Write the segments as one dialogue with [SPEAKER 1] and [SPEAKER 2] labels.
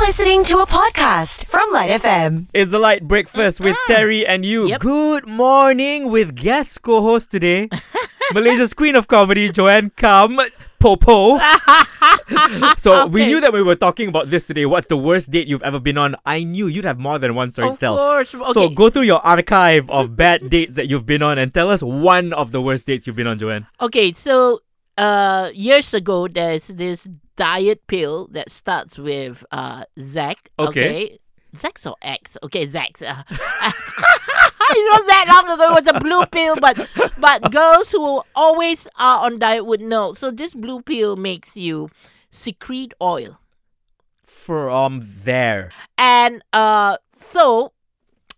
[SPEAKER 1] listening to a podcast from Light FM.
[SPEAKER 2] It's the light breakfast with Terry and you.
[SPEAKER 3] Uh-huh. Yep.
[SPEAKER 2] Good morning with guest co-host today, Malaysia's queen of comedy, Joanne Kam Popo. so we
[SPEAKER 3] Okay.
[SPEAKER 2] knew that we were talking about this today. What's the worst date you've ever been on? I knew you'd have more than one story to
[SPEAKER 3] Of
[SPEAKER 2] tell.
[SPEAKER 3] course.
[SPEAKER 2] So
[SPEAKER 3] Oh, Okay.
[SPEAKER 2] go through your archive of bad dates that you've been on and tell us one of the worst dates you've been on, Joanne.
[SPEAKER 3] Okay, so uh, years ago, there's this diet pill that starts with uh, Zach.
[SPEAKER 2] Okay.
[SPEAKER 3] Okay. Zax or X? Okay, Zax. Uh, you know that long ago it was a blue pill, but but girls who always are on diet would know. So this blue pill makes you secrete oil.
[SPEAKER 2] From there.
[SPEAKER 3] And uh, so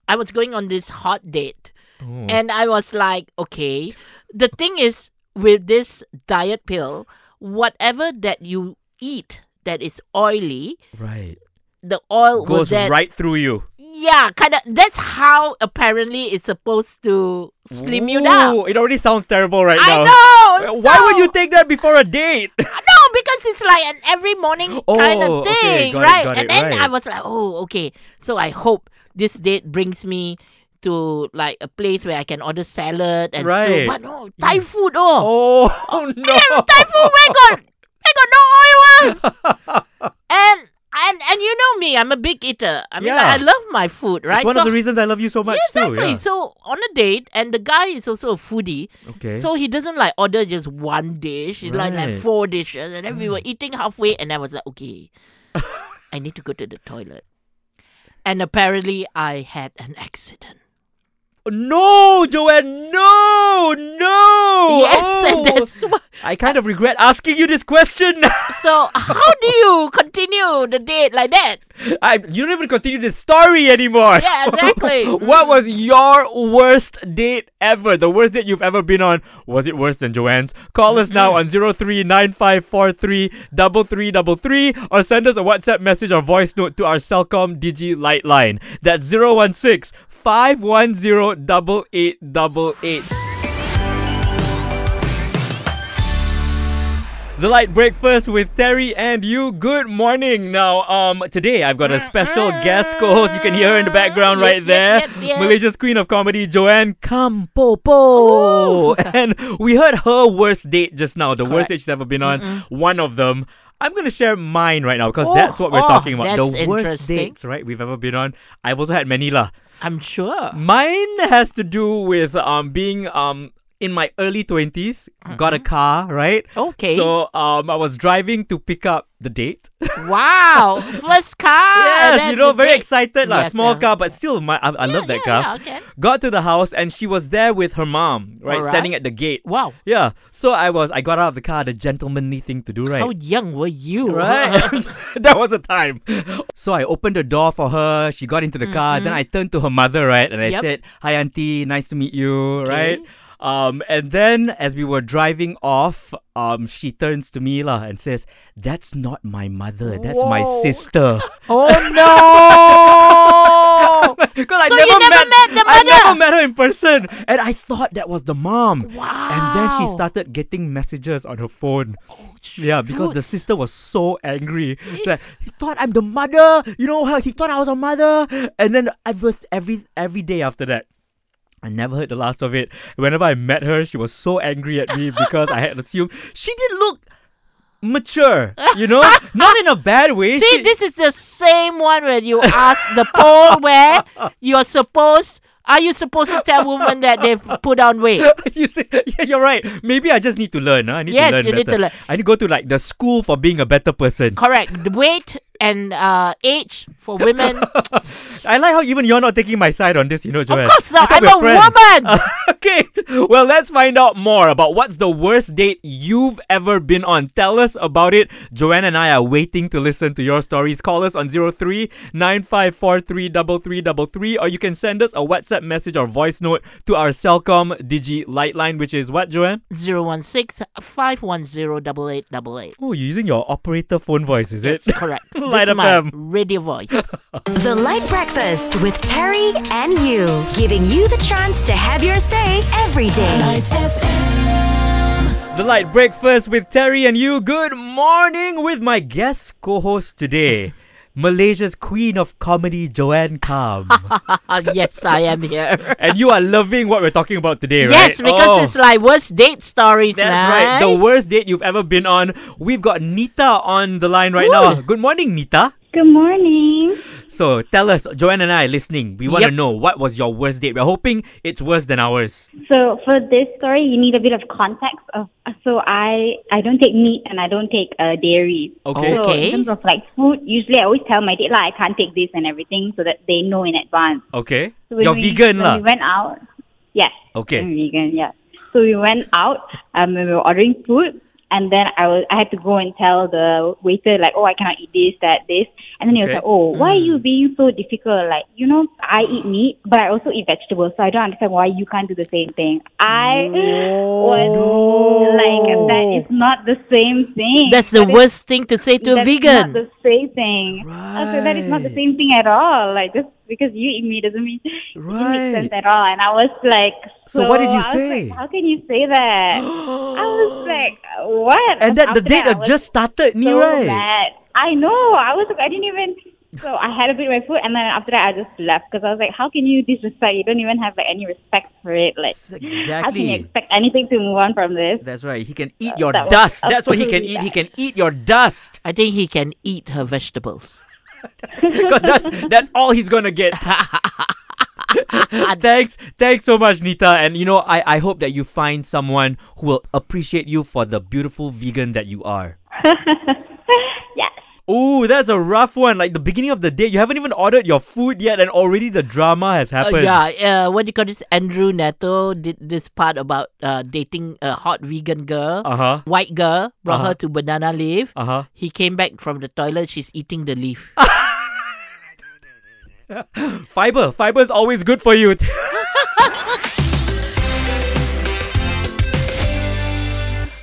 [SPEAKER 3] I was going on this hot date.
[SPEAKER 2] Oh.
[SPEAKER 3] And I was like, okay. The thing is, with this diet pill, whatever that you eat that is oily,
[SPEAKER 2] right.
[SPEAKER 3] the oil
[SPEAKER 2] Goes
[SPEAKER 3] will then,
[SPEAKER 2] right through you.
[SPEAKER 3] Yeah, kind of. That's how apparently it's supposed to slim you down.
[SPEAKER 2] Ooh, It already sounds terrible right now.
[SPEAKER 3] I know.
[SPEAKER 2] Why would you
[SPEAKER 3] so-
[SPEAKER 2] take that before a date?
[SPEAKER 3] No, because it's like an every morning kind
[SPEAKER 2] Oh,
[SPEAKER 3] of
[SPEAKER 2] okay,
[SPEAKER 3] thing,
[SPEAKER 2] got it,
[SPEAKER 3] right?
[SPEAKER 2] got
[SPEAKER 3] and
[SPEAKER 2] it,
[SPEAKER 3] then
[SPEAKER 2] right.
[SPEAKER 3] I was like, oh, okay. So I hope this date brings me to like a place where I can order salad and
[SPEAKER 2] Right.
[SPEAKER 3] soup. But no, Thai
[SPEAKER 2] Yeah.
[SPEAKER 3] food, oh.
[SPEAKER 2] Oh, no!
[SPEAKER 3] Thai food where got where got no
[SPEAKER 2] ah!
[SPEAKER 3] oil one. and and and you know me, I'm a big eater. I mean,
[SPEAKER 2] Yeah.
[SPEAKER 3] I love my food, right?
[SPEAKER 2] It's one
[SPEAKER 3] so,
[SPEAKER 2] of the reasons I love you so much
[SPEAKER 3] exactly.
[SPEAKER 2] too. Yeah.
[SPEAKER 3] So on a date, and the guy is also a foodie,
[SPEAKER 2] Okay.
[SPEAKER 3] so he doesn't like order just one dish. He like
[SPEAKER 2] Right.
[SPEAKER 3] like
[SPEAKER 2] Mm.
[SPEAKER 3] four dishes, and then we were eating halfway, and I was like, okay, I need to go to the toilet. And apparently, I had an accident.
[SPEAKER 2] no, Joanne, no, no.
[SPEAKER 3] yes,
[SPEAKER 2] Oh.
[SPEAKER 3] and that's why.
[SPEAKER 2] I kind of regret asking you this question.
[SPEAKER 3] So, how do you continue the date like that?
[SPEAKER 2] I, you don't even continue this story anymore.
[SPEAKER 3] Yeah, exactly.
[SPEAKER 2] what was your worst date ever? The worst date you've ever been on? Was it worse than Joanne's? Call us now
[SPEAKER 3] Mm-hmm.
[SPEAKER 2] on 0395433333 or send us a WhatsApp message or voice note to our Cellcom Digi Light line. That's 016 510 8888. The Light Breakfast with Terry and you. Good morning. Now, um, today I've got a special guest co-host. You can hear her in the background
[SPEAKER 3] Yep,
[SPEAKER 2] right
[SPEAKER 3] yep,
[SPEAKER 2] there.
[SPEAKER 3] yep, yep.
[SPEAKER 2] Malaysia's queen of comedy, Joanne Kampopo. And we heard her worst date just now, the worst
[SPEAKER 3] Oh. Correct.
[SPEAKER 2] date she's ever been on. One of them. I'm gonna share mine right now because
[SPEAKER 3] Oh,
[SPEAKER 2] that's what we're
[SPEAKER 3] oh,
[SPEAKER 2] talking about. The
[SPEAKER 3] that's
[SPEAKER 2] worst
[SPEAKER 3] interesting.
[SPEAKER 2] dates, right? We've ever been on. I've also had many lah.
[SPEAKER 3] I'm sure.
[SPEAKER 2] Mine has to do with um being um in my early 20s got a car, right?
[SPEAKER 3] Mm-hmm. Okay.
[SPEAKER 2] So um I was driving to pick up the date.
[SPEAKER 3] Wow, first car. and
[SPEAKER 2] yes,
[SPEAKER 3] then
[SPEAKER 2] you know,
[SPEAKER 3] the
[SPEAKER 2] very
[SPEAKER 3] big-
[SPEAKER 2] excited lah.
[SPEAKER 3] Yes,
[SPEAKER 2] Small
[SPEAKER 3] yeah.
[SPEAKER 2] car, but still my I, I love
[SPEAKER 3] Yeah,
[SPEAKER 2] that
[SPEAKER 3] yeah,
[SPEAKER 2] car.
[SPEAKER 3] yeah, okay.
[SPEAKER 2] Got to the house and she was there with her mom, right?
[SPEAKER 3] Alright.
[SPEAKER 2] Standing at the gate.
[SPEAKER 3] Wow,
[SPEAKER 2] Yeah. So I was I got out of the car, the gentlemanly thing to do, right?
[SPEAKER 3] how young were you?
[SPEAKER 2] Right? that was a time. So I opened the door for her. She got into the car. Then I turned to her mother, right? And I
[SPEAKER 3] Mm, Yep.
[SPEAKER 2] said, Hi, Auntie. Nice to meet you, right?
[SPEAKER 3] Okay.
[SPEAKER 2] Um, and then as we were driving off, um, she turns to me lah and says, That's not my mother. That's my
[SPEAKER 3] Whoa.
[SPEAKER 2] sister.
[SPEAKER 3] oh no!
[SPEAKER 2] Because I
[SPEAKER 3] So you
[SPEAKER 2] never,
[SPEAKER 3] never
[SPEAKER 2] met,
[SPEAKER 3] met the
[SPEAKER 2] I
[SPEAKER 3] mother?
[SPEAKER 2] never met her in person. And I thought that was the mom.
[SPEAKER 3] wow.
[SPEAKER 2] And then she started getting messages on her phone.
[SPEAKER 3] Oh,
[SPEAKER 2] Yeah, because the sister was so angry. Like, he thought I'm the mother. You know how he thought I was a mother. And then I was every every day after that. I never heard the last of it. Whenever I met her, she was so angry at me because I had assumed she did look mature. You know, not in a bad way.
[SPEAKER 3] See,
[SPEAKER 2] she,
[SPEAKER 3] this is the same one where you ask the poll where you're supposed. Are you supposed to tell women that they've put on weight?
[SPEAKER 2] you say, yeah, you're right. Maybe I just need to learn. Huh? I need
[SPEAKER 3] Yes,
[SPEAKER 2] to learn
[SPEAKER 3] you
[SPEAKER 2] better.
[SPEAKER 3] need to learn.
[SPEAKER 2] I need to go to like the school for being a better person.
[SPEAKER 3] Correct. The weight and uh, age for women. Of
[SPEAKER 2] I like how even you're not taking my side on this, you know, Joanne.
[SPEAKER 3] course
[SPEAKER 2] I
[SPEAKER 3] not.
[SPEAKER 2] thought we
[SPEAKER 3] I'm
[SPEAKER 2] were
[SPEAKER 3] a
[SPEAKER 2] friends.
[SPEAKER 3] woman.
[SPEAKER 2] okay, well, let's find out more about what's the worst date you've ever been on. Tell us about it. Joanne and I are waiting to listen to your stories. Call us on 03 9543 or you can send us a WhatsApp message or voice note to our Cellcom Digi Lightline, which is what, Joanne?
[SPEAKER 3] 016 510 8888.
[SPEAKER 2] Oh, you're using your operator phone voice, is it?
[SPEAKER 3] Correct. This
[SPEAKER 2] Light
[SPEAKER 3] is my
[SPEAKER 2] FM.
[SPEAKER 3] radio voice.
[SPEAKER 1] The Light Breakfast with Terry and you, giving you the chance to have your say every day.
[SPEAKER 2] The Light Breakfast with Terry and you. Good morning with my guest co host today. Malaysia's queen of comedy, Joanne Kam.
[SPEAKER 3] Ah, yes, I am here.
[SPEAKER 2] and you are loving what we're talking about today, right?
[SPEAKER 3] Yes, because
[SPEAKER 2] Oh.
[SPEAKER 3] it's like worst date stories,
[SPEAKER 2] That's right. The worst date you've ever been on. We've got Nita on the line right now. Good morning, Nita.
[SPEAKER 4] Good morning.
[SPEAKER 2] So tell us, Joanne and I are listening. We want to
[SPEAKER 3] Yep.
[SPEAKER 2] know what was your worst date. We're hoping it's worse than ours.
[SPEAKER 4] So for this story, you need a bit of context. Of, so I I don't take meat and I don't take uh, dairy.
[SPEAKER 2] Okay.
[SPEAKER 4] So
[SPEAKER 3] Okay.
[SPEAKER 4] in terms of like food, usually I always tell my date like I can't take this and everything so that they know in advance.
[SPEAKER 2] Okay.
[SPEAKER 4] So when
[SPEAKER 2] You're
[SPEAKER 4] we-
[SPEAKER 2] vegan,
[SPEAKER 4] when
[SPEAKER 2] lah.
[SPEAKER 4] We went out. Yes.
[SPEAKER 2] Okay.
[SPEAKER 4] I'm vegan. Yeah. So we went out. Um, and we were ordering food, and then I was I had to go and tell the waiter like, oh, I cannot eat this, that, this, and then he
[SPEAKER 2] Okay. Mm.
[SPEAKER 4] was like, oh, why are you being so difficult? Like, you know, I eat meat, but I also eat vegetables, so I don't understand why you can't do the same thing. I was like, that is not the same thing.
[SPEAKER 3] That's the
[SPEAKER 4] That is-
[SPEAKER 3] worst thing to say to a
[SPEAKER 4] that's
[SPEAKER 3] vegan.
[SPEAKER 4] Not the same thing. I said that is not the
[SPEAKER 2] Right.
[SPEAKER 4] same thing at all. Like just because you eat me doesn't mean it doesn't
[SPEAKER 2] Right.
[SPEAKER 4] make sense at all. And I was like,
[SPEAKER 2] So what did you
[SPEAKER 4] I was
[SPEAKER 2] say?
[SPEAKER 4] like, How can you say that? I was like, what?
[SPEAKER 2] and that the
[SPEAKER 4] After
[SPEAKER 2] date
[SPEAKER 4] I
[SPEAKER 2] had
[SPEAKER 4] was
[SPEAKER 2] just started, ni
[SPEAKER 4] so
[SPEAKER 2] right?
[SPEAKER 4] mad. I know. I was like, I didn't even. So I had a bit of my food, and then after that, I just left because I was like, how can you disrespect? You don't even have like any respect for it. Like,
[SPEAKER 2] That's
[SPEAKER 4] how can you
[SPEAKER 2] Exactly.
[SPEAKER 4] expect anything to move on from this?
[SPEAKER 2] That's right. He can eat your
[SPEAKER 4] Uh, that was
[SPEAKER 2] dust. That's what he can
[SPEAKER 4] absolutely
[SPEAKER 2] eat. He can eat your dust
[SPEAKER 3] I think he can eat her vegetables.
[SPEAKER 2] because that's that's all he's gonna get. thanks, thanks so much, Nita. And you know, I I hope that you find someone who will appreciate you for the beautiful vegan that you are.
[SPEAKER 4] Yes.
[SPEAKER 2] Oh, that's a rough one. Like the beginning of the day, you haven't even ordered your food yet, and already the drama has
[SPEAKER 3] Uh,
[SPEAKER 2] happened.
[SPEAKER 3] yeah, uh, what do you call this? Andrew Neto did this part about uh, dating a hot vegan girl,
[SPEAKER 2] Uh huh.
[SPEAKER 3] white girl, brought
[SPEAKER 2] Uh-huh.
[SPEAKER 3] her to banana leaf.
[SPEAKER 2] Uh huh.
[SPEAKER 3] He came back from the toilet, she's eating the leaf.
[SPEAKER 2] Fiber. Fiber is always good for you.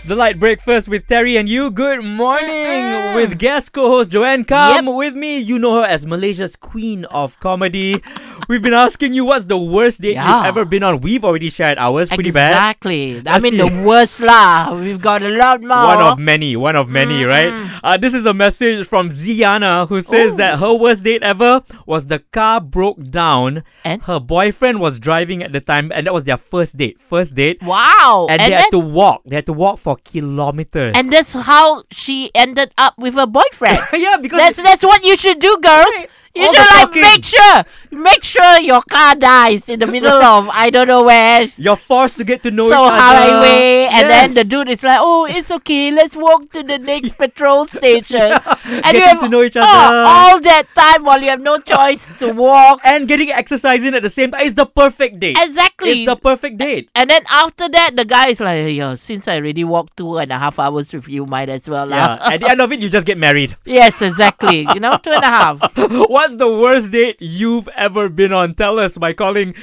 [SPEAKER 2] the Light Breakfast with Terry and you. Good morning with guest co host Joanne Kam. With me, you know her as Malaysia's queen of comedy. We've been asking you what's the worst date you've
[SPEAKER 3] Yeah.
[SPEAKER 2] ever been on. We've already shared ours. Pretty bad.
[SPEAKER 3] exactly. I
[SPEAKER 2] Let's
[SPEAKER 3] mean,
[SPEAKER 2] see.
[SPEAKER 3] the worst lah. We've got a lot more.
[SPEAKER 2] One of many, one of many,
[SPEAKER 3] Mm-hmm.
[SPEAKER 2] right? Uh, this is a message from Ziana who says that her worst date ever was the car broke down.
[SPEAKER 3] And?
[SPEAKER 2] Her boyfriend was driving at the time, and that was their first date. First date.
[SPEAKER 3] Wow.
[SPEAKER 2] And, they had to walk. They had to walk for kilometers.
[SPEAKER 3] Oh, and that's how she ended up with her boyfriend.
[SPEAKER 2] yeah, because
[SPEAKER 3] That's that's what you should do, girls. You
[SPEAKER 2] All the
[SPEAKER 3] should like
[SPEAKER 2] talking.
[SPEAKER 3] make sure make sure your car dies in the middle of I don't know where.
[SPEAKER 2] you're forced to get to know
[SPEAKER 3] So
[SPEAKER 2] each other.
[SPEAKER 3] highway, and then the
[SPEAKER 2] Yes.
[SPEAKER 3] dude is like, "Oh, it's okay. Let's walk to the next petrol station." And
[SPEAKER 2] Getting to know each
[SPEAKER 3] oh,
[SPEAKER 2] other.
[SPEAKER 3] all that time while you have no choice to walk.
[SPEAKER 2] and getting exercise in at the same time. It's the perfect date.
[SPEAKER 3] Exactly.
[SPEAKER 2] It's the perfect date.
[SPEAKER 3] and then after that, the guy is like, "Yo, since I already walked two and a half hours with you, might as well."
[SPEAKER 2] Yeah.
[SPEAKER 3] lah."
[SPEAKER 2] At the end of it, you just get married.
[SPEAKER 3] yes, exactly. You know, two and a half.
[SPEAKER 2] What's the worst date you've ever been on? Tell us by calling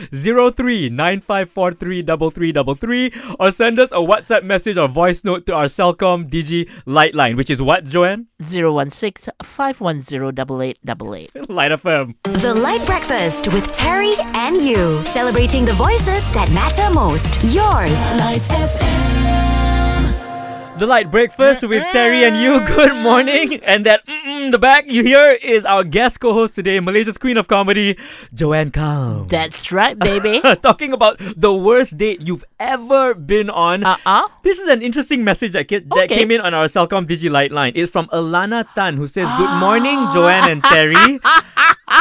[SPEAKER 2] 03-9543-3333 or send us a WhatsApp message or voice note to our Cellcom DG Lightline, which is what, Joanne?
[SPEAKER 3] 016 510
[SPEAKER 2] Light FM.
[SPEAKER 1] The Light Breakfast with Terry and you. Celebrating the voices that matter most. Yours. Light
[SPEAKER 2] The Light Breakfast with Terry and you. Good morning. And that mm the back you hear is our guest co-host today, Malaysia's Queen of Comedy, Joanne Kam.
[SPEAKER 3] That's right, baby.
[SPEAKER 2] Talking about the worst date you've ever been on.
[SPEAKER 3] Uh-uh.
[SPEAKER 2] This is an interesting message that, ca- that
[SPEAKER 3] Okay.
[SPEAKER 2] came in on our Cellcom Digi Light line. It's from Alana Tan who says, Good morning, Joanne and Terry.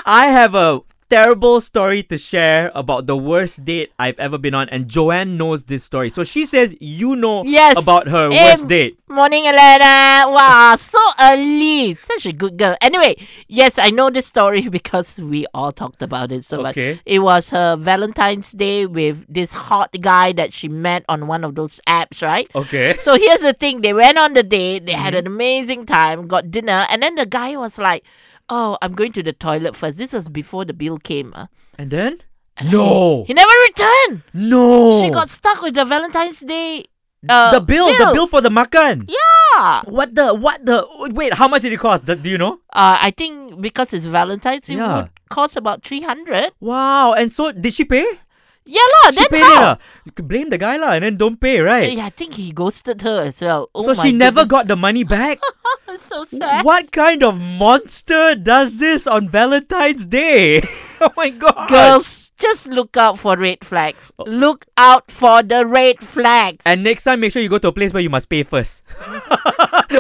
[SPEAKER 2] I have a terrible story to share about the worst date I've ever been on, and Joanne knows this story. So she says, You know
[SPEAKER 3] Yes.
[SPEAKER 2] about her
[SPEAKER 3] Eh,
[SPEAKER 2] worst date.
[SPEAKER 3] Morning, Elena. Wow, so early. Such a good girl. Anyway, yes, I know this story because we all talked about it so
[SPEAKER 2] Okay.
[SPEAKER 3] much. It was her Valentine's Day with this hot guy that she met on one of those apps, right?
[SPEAKER 2] Okay.
[SPEAKER 3] So here's the thing: they went on the date, they had
[SPEAKER 2] Mm-hmm.
[SPEAKER 3] an amazing time, got dinner, and then the guy was like, "Oh, I'm going to the toilet first. This was before the bill came. Uh.
[SPEAKER 2] And then? No.
[SPEAKER 3] He never returned.
[SPEAKER 2] No.
[SPEAKER 3] She got stuck with the Valentine's Day. Uh,
[SPEAKER 2] the bill, the bill for the makan.
[SPEAKER 3] Uh,
[SPEAKER 2] What the, what the, wait, how much did it cost? Do do you know?
[SPEAKER 3] Uh, I think because it's Valentine's, it
[SPEAKER 2] Yeah.
[SPEAKER 3] would cost about three hundred.
[SPEAKER 2] Wow. And so, did she pay?
[SPEAKER 3] Yeah, lah.
[SPEAKER 2] She
[SPEAKER 3] Then
[SPEAKER 2] paid
[SPEAKER 3] how?
[SPEAKER 2] it. ah. You could blame the guy lah, and then don't pay, right?
[SPEAKER 3] Yeah, I think he ghosted her as well. Oh
[SPEAKER 2] so
[SPEAKER 3] my
[SPEAKER 2] she never
[SPEAKER 3] goodness.
[SPEAKER 2] got the money back.
[SPEAKER 3] It's so sad.
[SPEAKER 2] what kind of monster does this on Valentine's Day? oh my god.
[SPEAKER 3] Girls, just look out for red flags. Look out for the red flags.
[SPEAKER 2] Oh. And next time, make sure you go to a place where you must pay first.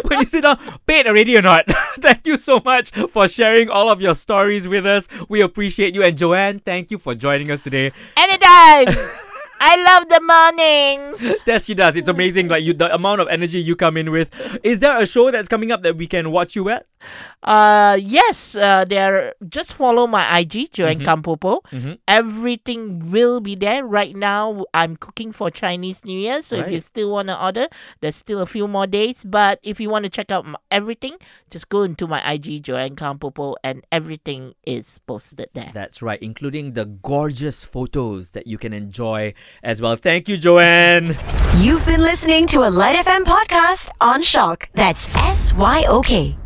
[SPEAKER 2] when you sit down, paid already or not? thank you so much for sharing all of your stories with us. We appreciate you. And Joanne, thank you for joining us today.
[SPEAKER 3] Anytime. I love the mornings.
[SPEAKER 2] That she does. It's amazing. Like you, the amount of energy you come in with. Is there a show that's coming up that we can watch you at?
[SPEAKER 3] Uh, yes. Uh, there. Just follow my IG, Joanne Campopo.
[SPEAKER 2] Mhm.
[SPEAKER 3] Everything will be there. Right now, I'm cooking for Chinese New Year. So if you
[SPEAKER 2] Right.
[SPEAKER 3] still want to order, there's still a few more days. But if you want to check out m everything, just go into my IG, Joanne Campopo, and everything is posted there.
[SPEAKER 2] That's right, including the gorgeous photos that you can enjoy as well. Thank you, Joanne.
[SPEAKER 1] You've been listening to a Light FM podcast on Shock. That's S Y O K.